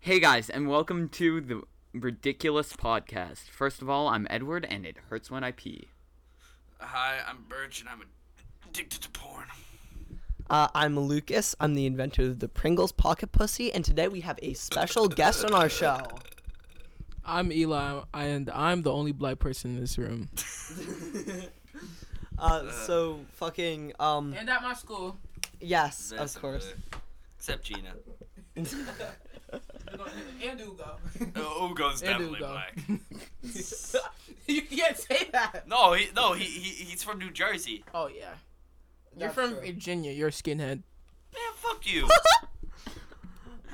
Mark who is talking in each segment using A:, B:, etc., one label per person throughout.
A: Hey guys, and welcome to the Ridiculous Podcast. First of all, I'm Edward, and it hurts when I pee.
B: Hi, I'm Birch, and I'm addicted to porn.
C: Uh, I'm Lucas. I'm the inventor of the Pringles Pocket Pussy, and today we have a special guest on our show.
D: I'm Eli, and I'm the only black person in this room.
C: Uh, so fucking um
D: And at my school,
C: yes,
B: That's
C: of course.
B: okay. Except Gina.
D: and Ugo.
B: Oh, Ugo's
D: And
B: definitely
D: Ugo.
B: black.
D: you can't say that.
B: No, he no he, he he's from New Jersey.
D: Oh yeah, you're
C: That's
D: from
C: true.
D: Virginia. You're a skinhead.
B: Man, fuck you.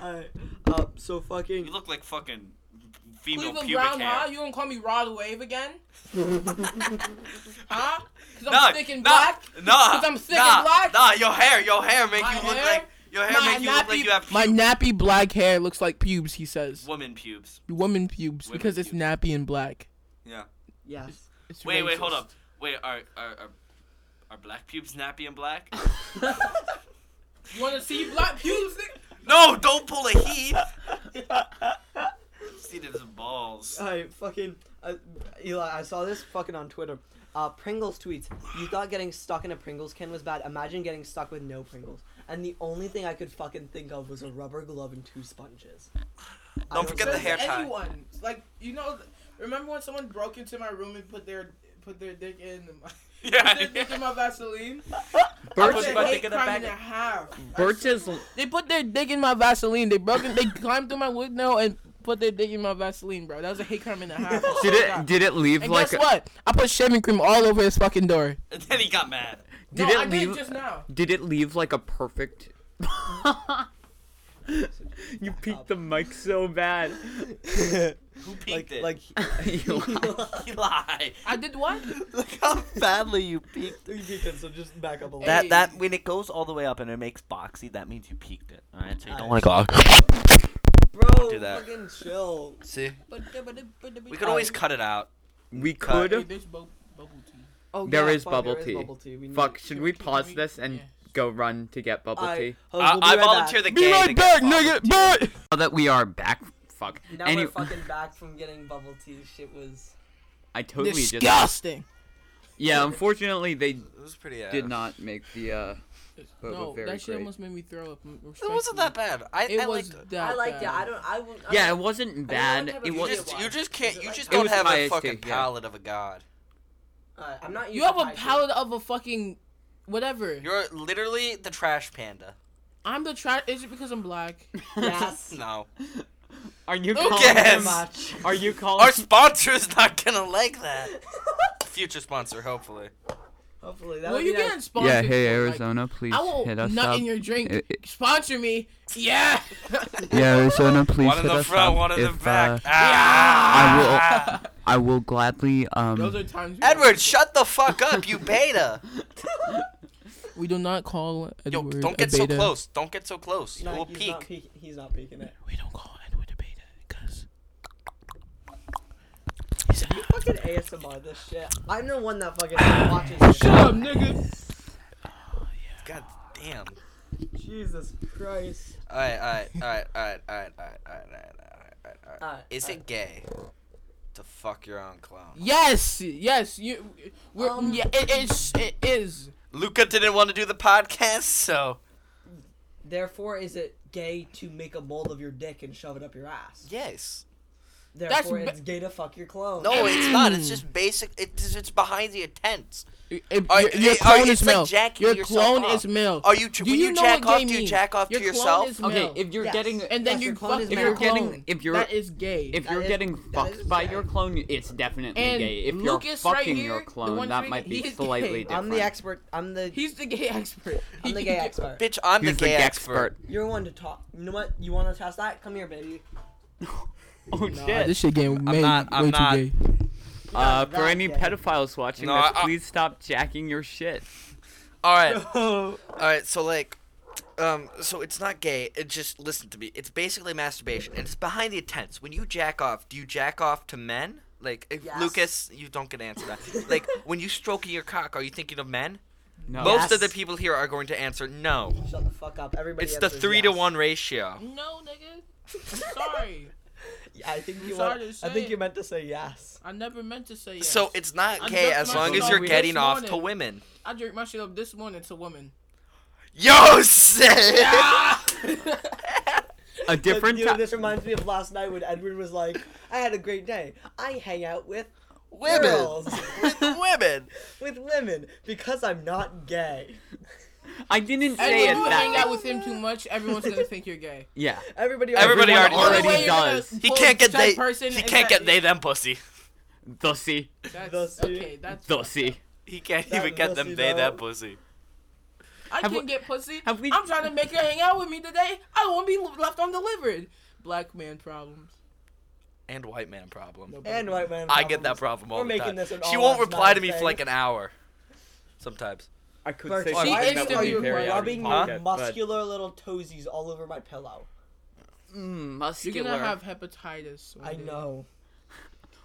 C: Alright. Uh, so
B: you
C: fucking
B: look like fucking female
D: Cleveland
B: pubic
D: Brown, huh?
B: hair.
D: You gonna call me Rod Wave again? huh? Cause I'm
B: Nah,
D: thick and
B: nah,
D: black.
B: Nah,
D: 'Cause I'm thick
B: nah,
D: and black?
B: Nah, your hair, your hair make
D: My
B: you look
D: hair?
B: like your hair make you look like you have
D: my
B: pubes.
D: nappy black hair looks like pubes. He says
B: woman pubes.
D: woman pubes
B: Women
D: because it's
B: pubes.
D: nappy and black.
B: Yeah.
C: yes.
D: It's
B: Wait, wait, hold
D: racist.
B: up. Wait, are are are, are black pubes nappy and black?
D: You wanna see black pubes? nigga?
B: no, don't pull a heave. See those balls.
C: Alright, fucking uh, Eli, I saw this fucking on Twitter. Uh, Pringles tweets. You thought getting stuck in a Pringles can was bad. Imagine getting stuck with no Pringles. And the only thing I could fucking think of was a rubber glove and two sponges. I
B: Don't
C: was
B: forget
C: so
B: the
D: Says
B: hair tie.
D: Anyone, like you know, remember when someone broke into my room and put their put their dick in my, put
B: Yeah.
D: their dick in my Vaseline?
A: Birch,
B: was
D: That's a
B: about to
D: hate
B: get a
D: crime
B: bag
D: and
B: of-
D: a half.
A: Birch is
D: They put their dick in my Vaseline. They broke it. They climbed through my window and put their dick in my Vaseline, bro. That was a hate crime and a half. Oh
A: did
D: my
A: it
D: God.
A: did it leave
D: And
A: like
D: guess what? I put shaving cream all over his fucking door.
B: And then he got mad.
A: did
D: no,
A: it
D: I did
A: leave
D: it just now.
A: did it leave like a perfect You peeked the mic so bad.
B: Who peaked
C: like,
B: it?
C: like,
B: Eli.
D: I did what?
B: Look how badly you peaked.
C: you can, so just back up a little.
D: That- that-
B: when it goes all the way up and it makes boxy, that means you peaked it. All right, so
C: you don't
B: want to go.
C: Bro,
B: do that.
C: fucking chill.
B: See, we
D: We
B: could always cut it out.
A: We
B: Cut.
A: could
C: Oh,
A: There
C: yeah,
A: is
C: fuck,
A: bubble
C: there is
A: tea.
C: bubble tea. We need-
A: fuck, should we pause
D: we-
A: this and
D: yeah.
A: go run to get bubble
C: I,
A: tea?
C: Hose,
B: I,
C: we'll be
B: I
C: right
B: volunteer
C: back.
B: the gang. to get volunteered.
A: Now that we are back fuck.
C: Now
A: Any-
C: we're fucking back from getting bubble tea. Shit was.
A: I totally just
D: Disgusting.
A: Yeah, unfortunately they
B: It was pretty. uh, Ass.
A: did not make the uh but
D: No,
A: very
D: that shit
A: great.
D: almost made me throw up.
B: It wasn't that bad. I,
D: It
B: I
D: was
B: liked it.
D: that
C: I liked it.
D: bad.
C: I don't. I will. I
A: Yeah, it
C: don't-
A: wasn't
C: I don't
A: bad.
C: have
A: It
C: a
B: You
C: video
A: was
B: just, you
C: watch.
B: just can't.
C: Is it
B: You
C: like-
B: just
C: It
B: don't
A: was
B: have a
A: IST,
B: fucking
A: yeah.
B: palate of a god.
C: Alright, I'm not.
D: You
C: using
D: have a
C: my shit.
D: palate of a fucking whatever.
B: You're literally the trash panda.
D: I'm the trash. Is it because I'm black?
C: Yes.
B: No,
A: Are you
B: Lucas!
A: calling him?
C: Much.
A: Are you calling?
B: our sponsor's not gonna like that. Future sponsor, hopefully.
C: Hopefully that.
D: well,
C: would
D: you
C: be
D: getting
C: nice.
D: sponsored? so, like,
A: please
D: I will nut in your drink.
A: It- it-
D: Sponsor me. Yeah.
A: Yeah, Arizona, please
B: One in the front, one in the
C: uh,
B: back.
A: I
B: Ah!
A: I will gladly.
D: Those
A: Um,
D: are times. we-
B: Edward, shut the fuck up, you beta.
D: We do not call
B: Yo,
D: Edward.
B: don't
D: a
B: get so
D: beta.
B: close. Don't get so close.
C: No,
B: you will
C: he's
B: peak.
C: Not peek. He's not peeking it.
D: We don't call Edward a beta because.
C: Fucking ASMR. This shit. I'm the one that fucking watches. this
D: Shut up, nigga.
B: God damn.
C: Jesus Christ.
B: Alright, alright, alright, alright, alright, alright, alright, alright, alright, alright, alright.
C: Alright,
B: Is
C: alright.
B: it gay to fuck your own clone?
D: Yes, yes. You. We're,
C: Um,
D: yeah, it is. It is.
B: Luca didn't want to do the podcast, so.
C: Therefore, is it gay to make a mold of your dick and shove it up your ass?
B: Yes.
C: Therefore,
D: ba-
C: it's gay to fuck your clone.
B: No, it's not. It's just basic. It's, it's behind the intents.
D: It-
B: Are-
D: your, your
B: are-
D: clone
B: it's
D: is
B: like
D: male.
B: jacking
D: your
B: yourself
D: clone
B: off.
D: is male.
B: Are you,
D: Do
B: when you,
D: know
B: jack
D: what
B: off,
D: gay
B: do you
D: means?
B: jack off
D: Your
B: to
D: clone
B: yourself?
D: is
A: okay,
D: male.
A: if you're
C: Yes.
A: getting,
D: and
C: Yes,
D: then you
C: your clone
D: fuck
C: is
D: your
A: if you're
C: male.
A: getting,
D: clone.
A: if you're,
D: that is gay.
A: if
C: that
A: you're
C: is-
A: getting
C: that is
A: fucked by
C: gay.
A: your clone, it's definitely
D: And
A: gay. If
D: Lucas
A: you're
D: right
A: fucking
D: here,
A: your
D: the
A: clone,
D: one
A: that
D: doing-
A: might be
D: he's
A: slightly
D: gay.
A: different.
C: I'm the expert. I'm the.
D: He's the gay expert.
C: I'm the gay expert.
B: Bitch, I'm
A: He's
B: the gay expert.
C: You're one to talk. You know what? You want to test that? Come here, baby.
A: Oh
D: Nah,
A: shit!
D: this shit game made
B: not- I'm
D: way
B: not.
D: too gay.
A: uh,
C: That's
A: for any
C: gay.
A: pedophiles watching
B: No,
A: this,
B: I- I-
A: please stop jacking your shit.
B: Alright. All right, so like, um, so it's not gay. It just listen to me. It's basically masturbation, and it's behind the intents. When you jack off, do you jack off to men? Like if-
C: Yes.
B: Lucas, you don't get to answer that. like when you stroking your cock, are you thinking of men?
A: No.
B: Most of the
C: Yes.
B: people here are going to answer no.
C: Shut the fuck up. Everybody.
B: It's the
C: answers
B: three to
C: yes.
B: one ratio.
D: No, nigga. Sorry,
C: Yeah, I think
D: I'm
C: you. want-
D: sorry to
C: I think
D: say
C: you
D: it.
C: meant to say yes.
D: I never meant to say yes.
B: So it's not
D: I'm
B: gay
D: just
B: as
D: not
B: long as
A: sure
B: you're
A: we-
B: getting
D: this
B: off to
D: morning.
B: women.
D: I jerked my shit up this morning to women.
B: Yo, sis!
A: A different
C: Dude,
A: type.
C: this reminds me of last night when Edward was like, "I had a great day. I hang out with
B: women,
C: girls,
B: with women.
C: with women, because I'm not gay."
A: I didn't
D: And
A: say
D: when
A: it
D: you hang
A: that.
D: out with him too much, everyone's gonna think you're gay.
A: yeah.
C: Everybody,
B: Everybody
A: Everyone
B: already-
A: already,
D: The way you're gonna
A: does.
B: He
D: pull
B: can't get
D: that
B: they.
D: person
B: He
D: is
B: can't
D: that-
B: get they them pussy.
A: Thusy.
D: That's,
C: Thusy.
D: okay, that's
A: Thusy.
B: He can't
C: That
B: even get them
C: pussy,
B: they
C: though.
B: them pussy.
D: I
A: Have
D: can't
A: we-
D: get pussy.
A: have we-
D: I'm trying to make her hang out with me today. I won't be left undelivered. Black man problems.
B: And white man problem.
D: No
C: and white man.
B: I get that
C: problems.
B: problem all
C: We're
B: the
C: making
B: time.
C: this an
B: she
C: all
B: won't
C: lives
B: reply to
C: matter
B: me for
C: thing.
B: like an hour. Sometimes.
A: I could
C: Birch,
A: say
C: why
A: something
D: She
A: that would
D: instantly
A: be very out of
C: rubbing your
A: pocket, but-
C: muscular little toesies all over my pillow.
A: Mm,
D: You're
A: muscular.
D: gonna have hepatitis. one
C: I
A: Mm-hmm.
D: day.
C: know.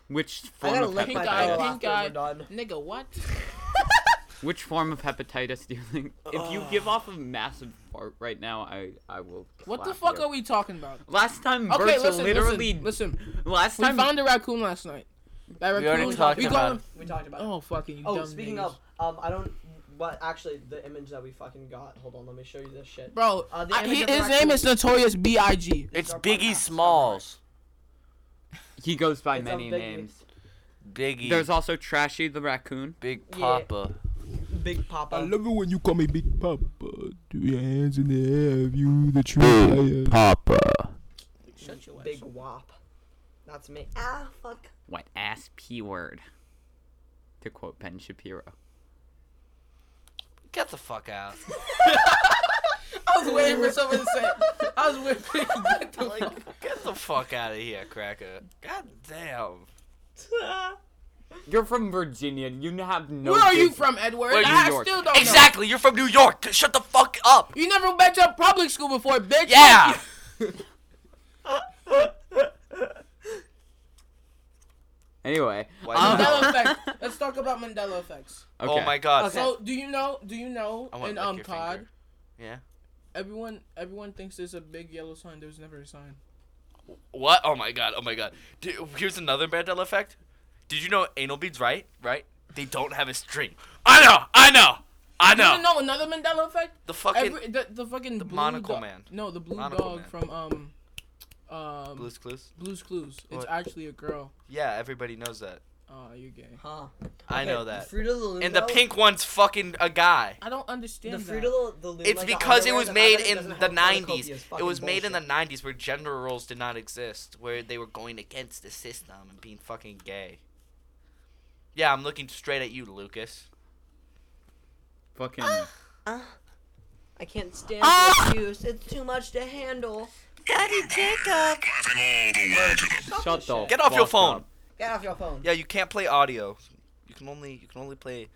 A: Which
C: I
A: form
C: gotta
A: of
C: lick my
D: pink
A: hepatitis?
D: eye,
C: pillow
D: pink
C: after
D: eye.
C: we're done.
D: Nigga, what?
A: Which form of hepatitis do you think? If you give off a massive fart right now, I I will.
D: What the
A: slap
D: fuck
A: you.
D: are we talking about?
A: Last time,
D: Okay,
A: Birch
D: listen,
A: literally.
D: listen, listen.
A: Last
D: We
A: time,
D: found a raccoon last night. That
B: We
D: raccoon.
B: already talked
D: we
B: about
D: got him.
C: We talked about. it.
D: Oh fucking you.
C: Oh,
D: dumb
C: speaking
D: niggas.
C: of, um, I don't. What actually the image that we fucking got? Hold on, let me show you this shit.
D: bro,
C: Uh, the
D: I,
C: image
D: he,
C: of the
D: his name is Notorious Big.
B: It's
C: our
B: Biggie
C: podcast.
B: Smalls.
A: he goes by
C: It's a
A: many
C: biggie.
A: names.
B: Biggie.
A: There's also Trashy the raccoon.
B: Big
C: Yeah.
B: Papa.
C: Big Papa.
D: it when you call me Big Papa. Do your hands in the air, you the
E: Big Papa.
D: Shut your
C: Big
D: ass.
C: Wop. That's me. Ah, fuck.
A: What ass p word? To quote Ben Shapiro.
B: Get the fuck out.
D: I was waiting for someone to say. it. I was waiting. For get the fuck.
B: Get the fuck out of here, cracker. God
C: Oh,
B: damn.
A: You're from Virginia. You n- have no.
D: Where are you
A: business-
D: from, Edward?
A: Where New
D: I
A: York.
D: still don't know.
B: Exactly. You're from New York. Shut the fuck up.
D: You never went to public school before, bitch.
B: Yeah.
A: Anyway.
B: Why
A: um,
D: Mandela effect. Let's talk about Mandela effects.
A: okay.
B: Oh my god.
C: Okay.
D: So, do you know? Do you know?
B: I wanna
D: in
B: lick
D: um
B: your
D: COD,
B: finger. Yeah.
D: everyone everyone thinks there's a big yellow sign. There's never a sign.
B: What? Oh my god. Oh my god. Dude, here's another Mandela effect. Did you know anal beads? Right. Right. They don't have a string. I know. I know. I
D: You
B: know.
D: wanna know another Mandela effect?
B: The fucking
D: Every, the, the fucking blue
B: monocle
D: dog-
B: man.
D: No, the blue
B: Monocle
D: dog
B: man.
D: from um um
B: Blue's Clues.
D: Blue's Clues. It's
B: What?
D: actually a girl.
B: Yeah, everybody knows that.
D: Oh, you're gay.
C: Huh.
B: I
C: Okay,
B: know that.
C: Fruit of the Loom.
B: And the
C: though,
B: pink one's fucking a guy.
D: I don't
C: The
D: understand
C: Fruit
D: that.
C: of the Loom.
B: It's
C: like the
B: because it
C: underwear
B: was
C: that
B: made
C: doesn't-
B: in
C: doesn't
B: the
C: have cornucopia is
B: 90s. It
C: fucking
B: was made in the
C: bullshit.
B: 90s where gender roles did not exist, where they were going against the system and being fucking gay. Yeah, I'm looking straight at you, Lucas.
A: Fucking.
C: I can't stand the abuse. It's too much to handle.
B: Daddy Jacob.
A: Shut
C: this
A: the.
C: shit.
B: Get off your
A: fuck
B: phone.
A: up.
C: Get off your phone.
B: Yeah, you can't play audio. You can only you can only play.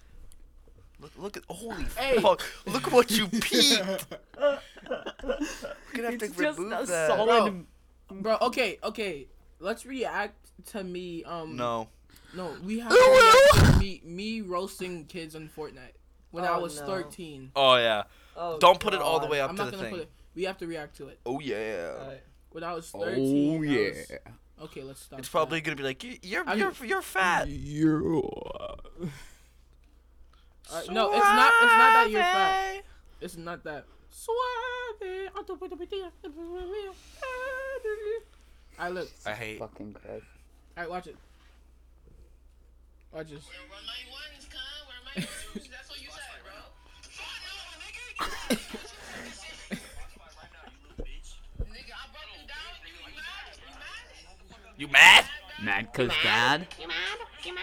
B: Look look at holy
D: Hey.
B: fuck! Look what you peeked. We're gonna have
A: It's
B: to
A: just
B: remove
A: a
B: that.
A: solid.
D: Bro, okay, okay. Let's react to me um
B: No.
D: no, we have to react to me me roasting kids on Fortnite when I
C: Oh,
D: was
C: no.
D: 13.
B: Oh yeah.
C: Oh,
B: Don't put it all the
C: God.
B: way up
D: I'm
B: to
D: not
B: the
D: gonna
B: thing.
D: put it. We have to react to it.
B: Oh yeah.
C: Alright.
D: When I was 13.
A: Oh
D: I
A: yeah.
D: was- okay, let's stop.
B: It's
D: that.
B: probably gonna be like "You- you're
D: I-
B: you're you're fat.
D: Uh, no, it's not. It's not that you're fat.
B: Suave.
D: It's not that. Suave. I look.
B: I hate.
A: Fucking Christ.
D: All right, watch it. Watch this.
F: Where my ones, con? Where my ones? That's what you said, bro. Fuck no, nigga. Nigga, I broke you down.
B: You
F: You you mad? You mad?
B: mad?
A: Mad cause bad.
F: You mad? You mad?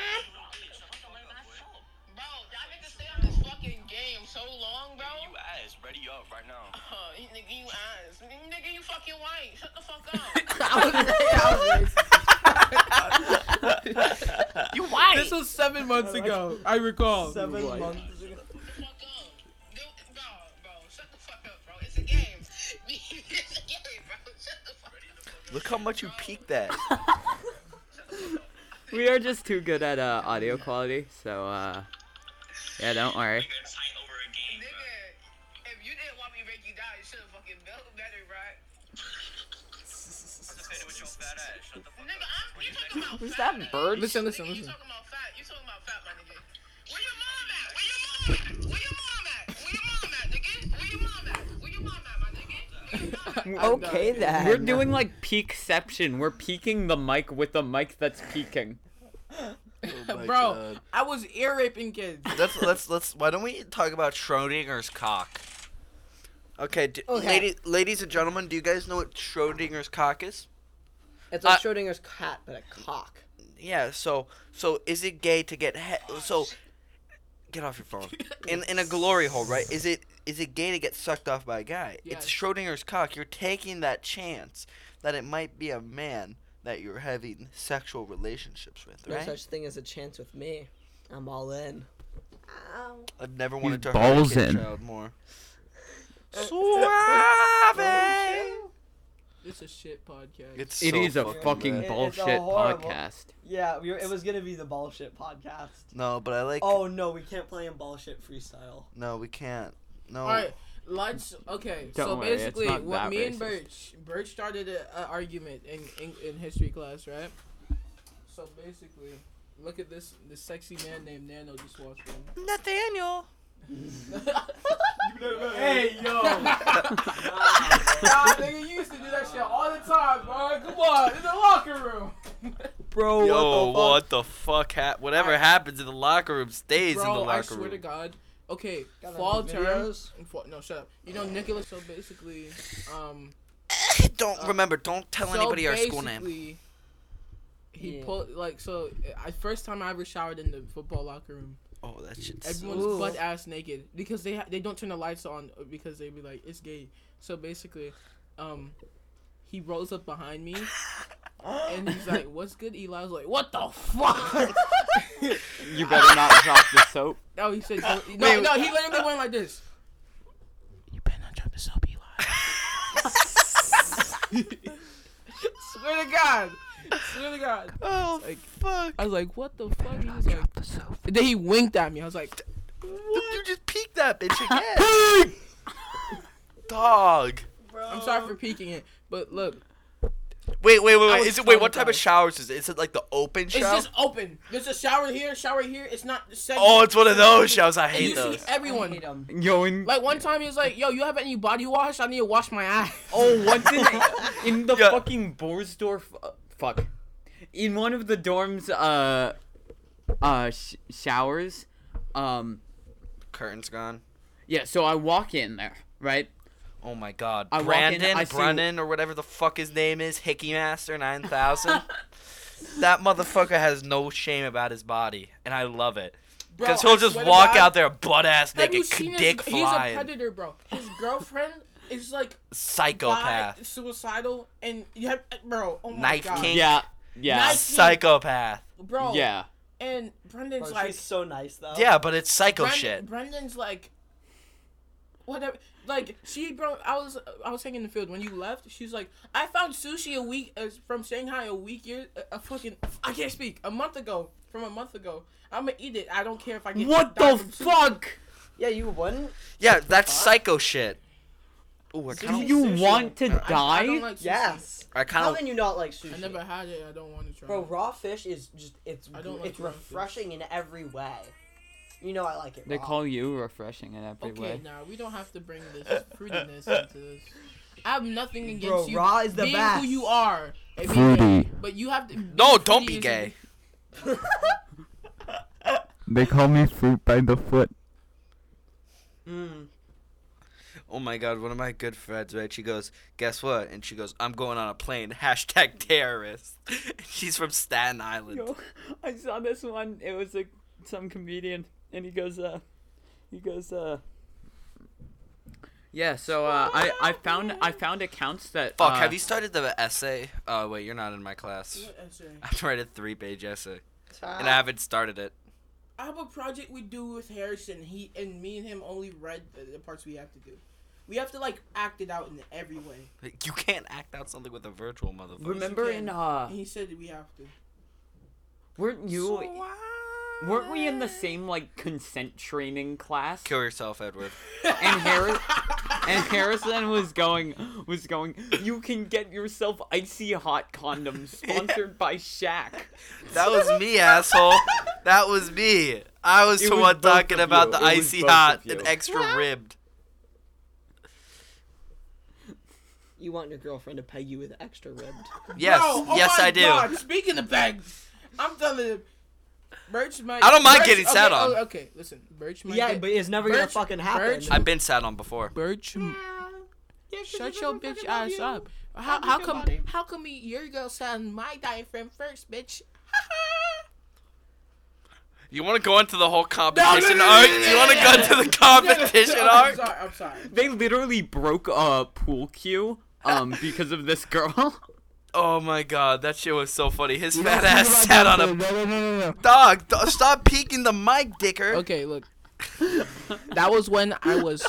F: Bro, y'all niggas stay on this fucking game so long, bro.
G: You ass, ready up right now.
F: Uh, you nigga, you ass. Nigga, you fucking white. Shut the fuck up.
B: You white.
D: This was seven months ago. I recall.
C: Seven months ago.
F: fuck up. Dude, bro, bro, shut the fuck up, bro. It's a game. it's a game, bro. Shut the fuck up.
B: Look how much you peeked that.
A: We are just too good at uh, audio quality, so uh, yeah, don't worry.
F: Nigga, if you didn't want me to break you down, you should have fucking built better, right?
G: that ass. Shut the fuck
F: Nigga,
G: up.
F: I'm, you talking about
A: Was
F: fat,
A: that
F: nigga.
A: bird?
D: Listen,
F: Nigga,
D: listen,
F: You
D: listen.
F: talking about fat? You talking about fat, my nigga? Where your mom at? Where your mom at? Where your mom at? Where your mom at, nigga? Where your mom at? Where your mom at, my nigga? Where your mom at?
E: Okay then.
A: We're doing like peakception. We're peaking the mic with a mic that's peaking.
D: Bro, I was ear raping kids.
B: Let's let's let's. Why don't we talk about Schrodinger's cock? Okay, d
D: Oh,
C: Okay.
B: Lady, ladies and gentlemen, do you guys know what Schrodinger's cock is?
C: It's like
B: Uh,
C: Schrodinger's cat, but a cock.
B: Yeah. So so is it gay to get he- so? Get off your phone. In in a glory hole, right? Is it is it gay to get sucked off by a guy?
D: Yes.
B: It's Schrodinger's cock. You're taking that chance that it might be a man that you're having sexual relationships with,
C: No
B: right?
C: such thing as a chance with me. I'm all in.
B: I've never wanted to
A: balls
B: hurt a
A: in.
B: kid child more. Suave.
D: This is shit podcast.
B: It's
A: It
B: so
A: is a
B: fucking
A: fucking
B: bad.
C: It- it's a
A: bullshit
C: horrible-
A: podcast.
C: Yeah, we were, it was gonna be the bullshit podcast.
B: No, but I like.
C: Oh no, we can't play in bullshit freestyle.
B: No, we can't. No.
D: All right, let's. Okay,
A: Oh. Don't
D: so
A: worry, it's
D: basically,
A: not
D: what
A: that
D: me and
A: racist.
D: Birch, Birch started an argument in, in in history class, right? So basically, look at this this sexy man named Nano just walked in.
B: Nathaniel.
D: hey yo! nah, nigga, you used to do that shit all the time, bro. Come on, in the locker room.
C: Bro,
B: Yo, what the fuck? Ha- whatever happens in the locker room stays
D: Bro,
B: in the
D: I
B: locker
D: swear
B: room.
D: to God. Okay,
C: Got any
D: fall term.
C: videos?
D: Fall, no, shut up. You know Nicholas. So basically, um.
B: don't remember. Don't tell anybody our school name.
D: Uh, basically, He
C: Yeah.
D: pulled like so. I first time I ever showered in the football locker room.
B: Oh, that shit's.
D: Everyone's
C: Ooh.
D: butt ass naked because they ha- they don't turn the lights on uh, because they be like it's gay. So basically, um, he rolls up behind me and he's like, "What's good, Eli?" I was like, "What the fuck?"
A: You better not drop the soap.
D: no, Oh, he said, "No, no, no." He literally went like this. You better not drop the soap, Eli. Swear to God. Swear to God.
B: Oh fuck!
D: I was like, what the fuck? He was like, then he winked at me. I was like,
B: You just peeked that bitch again. Dog.
D: I'm sorry for peeking it, but look,
B: Wait, wait, wait,
D: I
B: wait.
D: was
B: Is it wait? What type of
D: traumatized.
B: showers is it? Is it like the open
D: it's
B: shower?
D: just open. There's a shower here, shower here. It's not. Segment.
B: oh, it's one of those showers. I
D: And
B: hate
D: you
B: those.
D: see everyone.
A: Yo, in,
D: Like one time he was like, yo, you have any body wash? I need to wash my ass.
A: oh, what's in in the
B: Yeah.
A: fucking Borsdorf? Uh, fuck. In one of the dorms, uh, uh, sh- showers. Um,
B: Curtain's gone.
A: yeah. So I walk in there, right?
B: Oh my God,
A: I walk in,
B: Brandon
A: I see-
B: Brennan or whatever the fuck his name is, Hickey Master Nine Thousand. that motherfucker has no shame about his body, and I love it
D: Bro,
B: because
D: I
B: he'll just
D: swear to
B: walk
D: God,
B: out there butt ass
D: have you
B: naked,
D: seen his-
B: dick
D: He's a
B: flying,
D: predator, bro. His girlfriend is like bi-
B: psychopath,
D: suicidal, and you have, bro. Oh my
B: Knife
D: God.
B: king.
A: Yeah. Yeah.
D: Nice.
B: psychopath.
D: bro.
A: Yeah.
D: And Brendan's
C: Bro,
D: like,
C: she's so nice
D: Oh.
C: though.
B: Yeah, but it's psycho
D: Bren-
B: shit.
D: Brendan's like, whatever. Like she, bro. I was, I was hanging in the field when you left. She's like, I found sushi a week uh, from Shanghai a week year, uh, a, a fucking. I can't speak. A month ago, from a month ago. I'm gonna eat it. I don't care if I get.
A: What
D: die
A: the
D: from sushi.
A: fuck?
C: Yeah, you wouldn't.
B: Yeah, that's psycho shit. Ooh, I
A: Do
B: kind of,
A: you
C: Sushi.
A: want to
D: I, I
A: die?
D: don't like sushi.
C: Yes.
B: I
C: How
B: kind
C: can
B: of,
C: you not like sushi?
D: I never had it. I don't want to try.
C: Bro,
D: it.
C: raw fish is just it's
D: I don't like
C: it's
D: raw fish.
C: refreshing in every way. You know I like it.
A: They
C: raw.
A: call you refreshing in every
D: Okay,
A: way.
D: now we don't have to bring this fruitiness into this. I have nothing against
C: Bro,
D: you.
C: raw is the
D: being
C: best.
D: who you are. and being
A: Fruity.
D: gay, But you have to.
B: no,
D: being
B: don't
D: fruity
B: be
D: is-
B: gay.
A: They call me fruit by the foot.
C: Mm.
B: Oh my god, one of my good friends, right? She goes, Guess what? And she goes, I'm going on a plane, hashtag terrorist. She's from Staten Island.
A: Yo, I saw this one. It was like some comedian, and he goes, uh, he goes, uh. Yeah, so uh, I I found I found accounts that
B: Fuck,
A: uh,
B: have you started the essay? Oh, wait, you're not in my class.
D: What essay?
B: I have to write a three page essay, and I haven't started it.
D: I have a project we do with Harrison. He and me and him only read the, the parts we have to do. We have to like act it out in every way.
B: You can't act out something with a virtual motherfucker.
A: remember in uh
D: He said that we have to.
A: weren't you weren't we in the same like consent training class
B: Kill yourself, Edward.
A: and Harry and Harrison was going was going. You can get yourself icy hot condoms sponsored by Shaq.
B: That was me, asshole. That was me. I was
A: It
B: the
A: was
B: one
A: both
B: talking
A: of
B: about
A: you.
B: the
A: It was
B: icy
A: both of
B: hot
A: you.
B: and extra ribbed.
C: You want your girlfriend to peg you with extra ribbed.
B: Yes,
D: Bro, oh
B: yes,
D: my
B: I do.
D: God, Speaking of bags, I'm telling you, Birch might.
B: I don't mind
D: Birch-
B: getting
D: okay,
B: sat on.
D: oh, Okay, listen, Birch might.
C: yeah,
D: get,
C: but it's never gonna
D: Birch-
C: fucking happen.
D: Birch-
B: I've been sat on before.
D: Birch. m- Shut your bitch ass up. How, how come how come y- your girl sat on my diaphragm first, bitch?
B: You want to go into the whole competition
D: no, no,
B: arc?
D: no, no,
B: You want to
D: no,
B: go
D: no,
B: into the competition
D: I'm
B: arc?
D: sorry. I'm sorry.
A: They literally broke a pool cue um because of this girl.
B: Oh my god, that shit was so funny. His fat ass sat on a dog. dog stop peeking the mic, dicker.
D: Okay, look. that was when I was.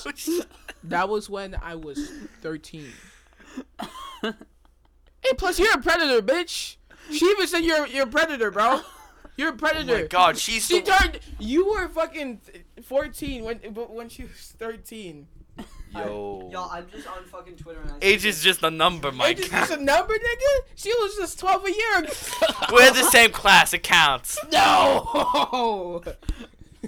D: That was when I was 13. and plus, you're a predator, bitch. She even said you're you're a predator, bro. You're a predator.
B: Oh my god, she's
D: She
B: the-
D: turned. You were fucking 14 when but when she was 13.
C: Y'all, I'm just on fucking Twitter and I
B: Age is just a number,
D: It
B: Mike.
D: just is a number, nigga. She was just 12 a year. ago.
B: We're the same class. It counts.
D: no.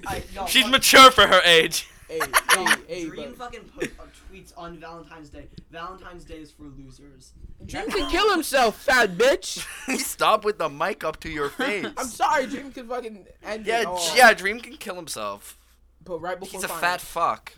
C: I, y'all,
B: She's
C: fuck-
B: mature for her age.
D: hey,
C: y'all,
D: hey, hey,
C: Dream
D: bro.
C: fucking put, uh, tweets on Valentine's Day. Valentine's Day is for losers.
D: Dream can kill himself, fat bitch.
B: stop with the mic up to your face.
D: I'm sorry, Dream can fucking end
B: yeah,
D: it all.
B: yeah. Dream can kill himself.
D: But right before
B: He's a
D: finals.
B: fat fuck.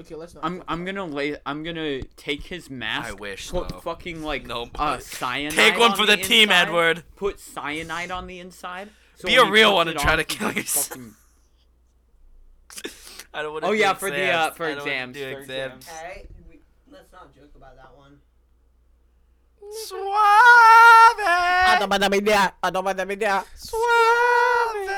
D: Okay, let's not.
A: I'm I'm gonna lay. I'm gonna take his mask.
B: I wish,
A: Put
B: though.
A: fucking like
B: No,
A: uh
B: but-
A: cyanide.
B: Take one
A: on
B: for the team,
A: inside,
B: Edward.
A: Put cyanide on the inside. so
B: Be
A: when
B: a
A: he
B: real
A: puts
B: one
A: it
B: and try
A: on,
B: to
A: he
B: kill
A: can
B: yourself.
A: fucking-
B: I don't want
A: Oh, yeah, for the, uh, for exams, for exams.
C: Hey, we, let's not joke about that one.
B: Suave. Suave.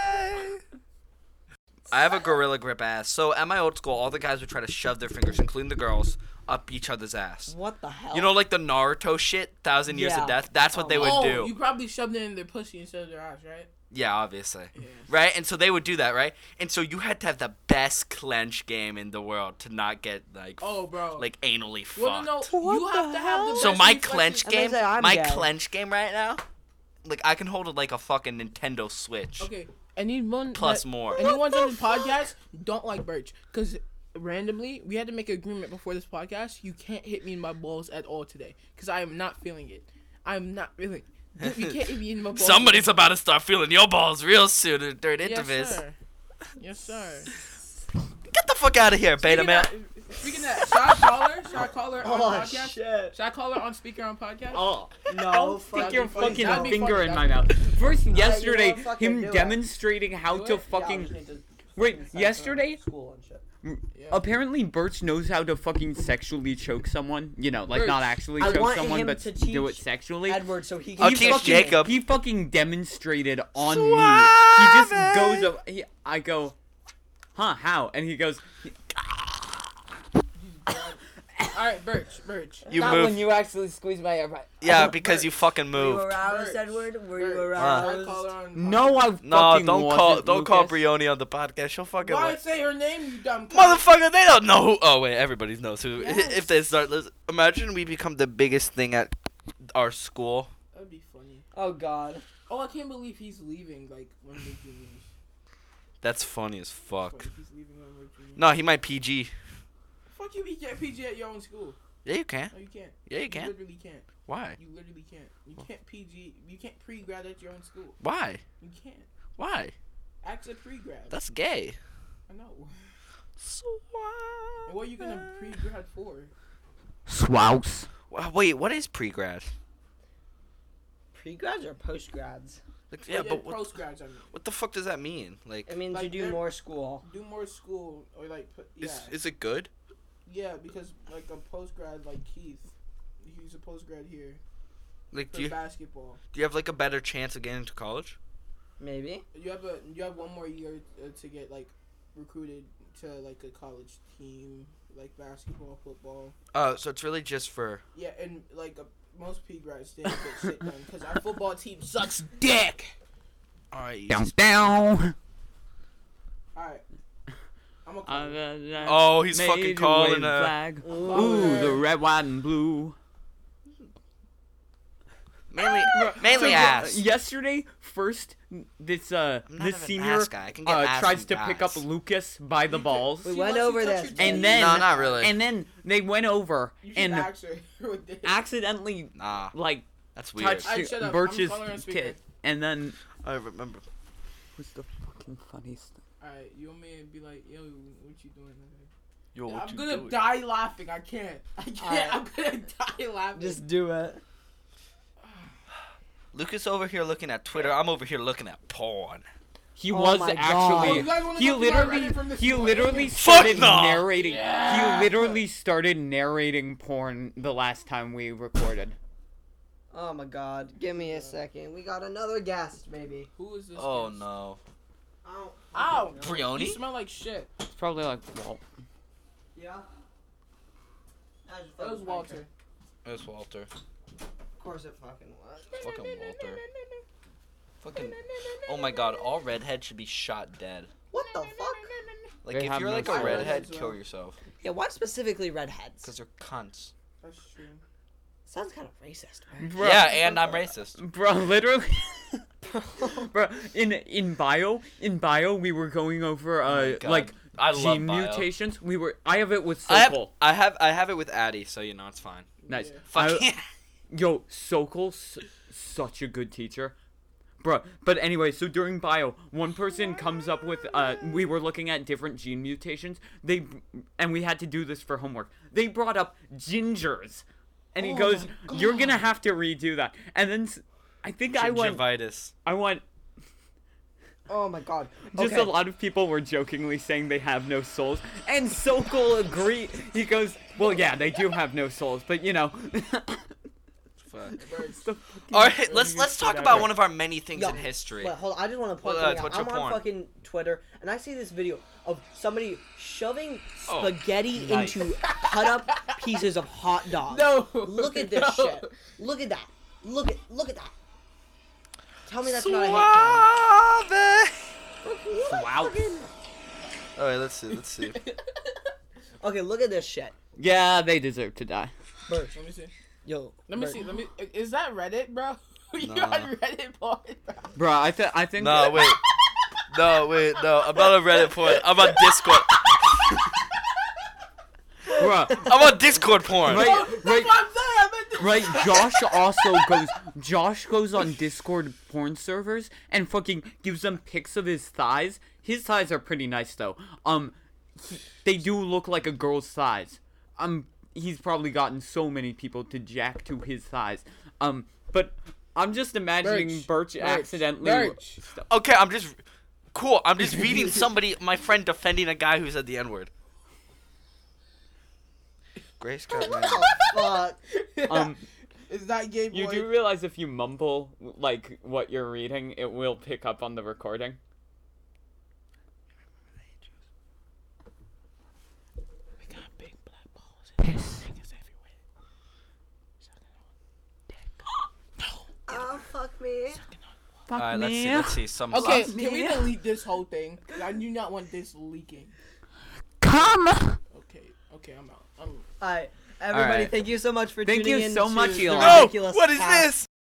B: I have a gorilla grip ass. So at my old school, all the guys would try to shove their fingers, including the girls, up each other's ass.
C: What the hell?
B: You know, like the Naruto shit, Thousand Years
C: Yeah.
B: of Death. That's what
C: Oh.
B: they would
D: oh,
B: do.
D: you probably shoved it in their pussy instead of their eyes, right?
B: Yeah, obviously. Right? And so they would do that, right? And so you had to have the best clench game in the world to not get like
D: Oh, bro.
B: like anally fucked.
D: well, no, no, you
C: What
D: have
C: the
D: to have the.
C: hell?
D: Best
B: so my
D: reflexes.
B: clench
C: And they
B: game,
C: say I'm
B: my
C: gay.
B: clench game right now, like I can hold it like a fucking Nintendo Switch.
D: Okay, anyone
B: Plus
D: that-
B: more.
D: Anyone's on this podcast don't like Birch because randomly we had to make an agreement before this podcast. You can't hit me in my balls at all today because I am not feeling it. I'm not feeling. It. You can't hit me in my balls.
B: Somebody's about to start feeling your balls real soon during interviews.
D: Yes, sir. Yes, sir.
B: Get the fuck out of here, beta
D: Speaking
B: male.
D: of- Speaking of that, should I call her? Should I call her on
C: Oh
D: podcast?
C: shit!
D: Should I call her on speaker on podcast?
A: Oh,
C: No,
A: stick your
D: funny.
A: fucking
D: That'd be
A: finger
D: funny.
A: in my
D: That'd
A: mouth. First, yesterday,
C: wanna fucking do
A: him
C: it.
A: demonstrating how to fucking. Wait, yesterday?
C: School and shit.
A: Apparently, Birch knows how to fucking sexually choke someone. You know, like not
D: Birch,
A: actually
C: I
A: choke
C: want
A: someone,
C: him
A: but
C: to
A: do it
C: teach
A: sexually.
C: Edward, so he
B: I'll
C: can.
A: He
B: teach
A: fucking-
B: Jacob.
A: He fucking demonstrated on me. He just
B: Suave.
A: goes up. He, I go, huh? How? And he goes,
D: All right, Birch, Birch.
B: You move.
A: you actually squeeze my ear.
B: yeah, because you fucking moved. Uh,
C: aroused,
D: Edward?
C: Were
D: Birch. Should I call her on
A: No, I fucking
B: No, don't call
A: wasn't,
B: don't call
A: Lucas.
B: Brioni on the podcast. She'll fucking
D: Why
B: like-
D: say her name, you dumb cunt?
B: Motherfucker, they don't know who. Oh wait, everybody knows who.
D: Yes.
B: If they start, listen, imagine we become the biggest thing at our school.
D: That'd be funny.
C: Oh god.
D: Oh, I can't believe he's leaving. Like when Ricky leaves.
B: That's funny as fuck.
D: Wait, he's leaving when Ricky leaves.
B: No, he might PG.
D: Fuck you. You can't PG at your own school.
B: Yeah, you can.
D: No, you can't.
B: Yeah, you can.
D: literally can't.
B: Why?
D: You literally can't. You can't PG. You can't pre-grad at your own school.
B: Why?
D: You can't.
B: Why?
D: Act a pre-grad.
B: That's gay.
D: I know. And
B: Swag.
D: what are you gonna pre-grad for?
A: Swouts.
B: Wa- Wait, what is pre-grad?
C: Pre grads or post grads?
B: Like, yeah,
D: Or
B: but what,
D: post-grads. I mean,
B: what the fuck does that mean? Like,
C: It means
D: Like,
C: you do
D: they're-
C: more school.
D: do more school or like. Put, yeah.
B: is is it good?
D: yeah, because like a post-grad like Keith, he's a post-grad here
B: Like,
D: for
B: do you do
D: basketball.
B: you have like a better chance of getting into college?
C: Maybe.
D: You have a you have one more year uh, to get like recruited to like a college team, like basketball, football.
B: Uh, so it's really just for.
D: Yeah, and like a, most P grads didn't get shit done because our football team sucks dick.
B: All right. you
A: Down,
B: just-
A: down.
D: All right, I'm
B: Uh,
D: I'm gonna call. it.
A: Oh,
B: Oh, he's fucking calling a-
A: flag. Ooh,
D: Ooh.
A: the red, white, and blue.
B: Mainly, mainly
A: So,
B: ass.
A: Yesterday, first this uh
B: I'm not
A: this
B: of an
A: senior
B: ass guy. I can get
A: uh,
B: ass
A: tries
B: from
A: to pick up
B: guys.
A: Lucas by the balls,
C: We
D: She
C: went
D: lets you
C: over
D: touch
C: this.
D: your
A: and
D: dick.
A: then
B: No, not really.
A: And then they went over
D: You should
A: and
D: actually with this.
A: accidentally
B: Nah,
A: like
B: that's weird.
D: I-
A: touched
D: shut up. I'm
A: Birch's
D: calling her on speaker.
A: tit, and then
B: I remember.
A: what's the fucking funniest? thing?
D: Alright, you want me to be like, yo, what you doing? over
B: Yo,
D: there?
B: what
D: I'm
B: you
D: gonna
B: doing?
D: die laughing. I can't. I can't.
C: Alright.
D: I'm gonna die laughing.
C: Just do it.
B: Lucas over here looking at Twitter. I'm over here looking at porn.
A: He
C: Oh
A: was
C: my
D: Oh,
A: actually
D: you guys wanna
A: he
D: go through my
A: literally
D: Reddit from this
A: he
D: morning?
A: literally
B: Fuck
A: started
B: no!
A: narrating
D: Yeah.
A: he literally started narrating porn the last time we recorded.
C: Oh my god. Give me a second. We got another guest, maybe.
D: Who is this?
B: Oh
D: guy?
B: no.
C: Oh.
D: Ow! You
B: Brioni?
D: smell like shit.
A: It's probably like well,
C: Yeah.
D: That was Walter.
B: It's Walter.
C: Of course it fucking was.
B: Fucking Walter. Fucking. Oh my God! All redheads should be shot dead.
C: What the fuck?
B: Like
A: They
B: if
A: have
B: you're
A: no
B: like a
A: soul.
B: redhead,
D: As well.
B: kill yourself.
C: Yeah, why specifically redheads?
B: Cause they're cunts.
D: That's true.
C: Sounds kind of racist, man.
A: bro,
B: Yeah, and I'm racist.
A: bro, literally. bro, in in bio, in bio, we were going over
B: Oh my
A: uh
B: God.
A: like
B: I love
A: gene
B: bio.
A: mutations. We were I have it with
B: I have,
A: Sokol.
B: I have I have it with Addy, so you know it's fine.
A: Nice.
D: Yeah.
A: I-
B: Fuck yeah.
A: Yo, Sokol's such a good teacher. Bruh, but anyway, so during bio, one person comes up with uh we were looking at different gene mutations. They and we had to do this for homework. They brought up gingers. And he goes, "You're going to have to redo that." And then s- I think I went
B: Gingivitis.
A: I went
C: Oh my god.
A: just
C: Okay.
A: a lot of people were jokingly saying they have no souls. And Sokol agreed. He goes, "Well, yeah, they do have no souls, but you know,
B: Fuck.
A: it's the fucking
B: All right, let's let's
A: easiest
B: talk
A: shit
B: about
A: ever.
B: one of our many things in
C: Yeah.
B: history.
C: Wait, hold on. I just want to point
B: Well, uh,
C: something out.
B: what's
C: I'm
B: your
C: on
B: porn?
C: fucking Twitter, and I see this video of somebody shoving
B: Oh,
C: spaghetti
B: nice.
C: into cut up pieces of hot dog.
D: No.
C: Look at this
D: No.
C: shit. Look at that. Look at look at that. Tell me that's not a hate
B: Suave.
C: crime.
A: Wow.
B: All right, let's see. Let's see.
C: Okay, look at this shit.
A: Yeah, they deserve to die.
C: Birch,
D: Let me see.
C: yo.
D: Let me
C: Birch.
D: see. Let me. Is that Reddit, bro? you
B: Nah.
D: on Reddit, boy? Bro.
A: Bro, I, th- I think.
B: no, wait. No, wait. No, I'm not on Reddit porn. I'm on Discord.
A: Bro,
B: I'm on Discord porn.
A: Right.
D: Oh, that's what I'm saying. I meant to-
A: right? Josh also goes. Josh goes on Discord porn servers and fucking gives them pics of his thighs. His thighs are pretty nice though. Um, he- they do look like a girl's thighs. Um, he's probably gotten so many people to jack to his thighs. Um, but I'm just imagining Birch,
D: Birch, Birch,
A: accidentally.
D: Birch.
B: Okay, I'm just. Cool. I'm just reading somebody, my friend, defending a guy who said the N word. Grace got mad.
C: Fuck.
A: Um,
D: Is that gay boy?
A: you do realize if you mumble like what you're reading, it will pick up on the recording.
D: We got big black balls and niggas everywhere.
C: Oh fuck me.
A: Fuck
B: All right, let's see.
A: me.
B: Let's see. Some.
D: Okay,
B: some-
D: can we delete this whole thing? 'Cause I do not want this leaking.
A: Come.
D: Okay, okay, I'm out. I'm.
C: All right, everybody.
B: Alright.
C: Thank you so much for
A: Thank
C: tuning
A: you
C: in.
A: so
C: to
A: much,
C: the
A: Eli.
B: No. Oh,
C: Ridiculous
B: What is
C: Cast.
B: this?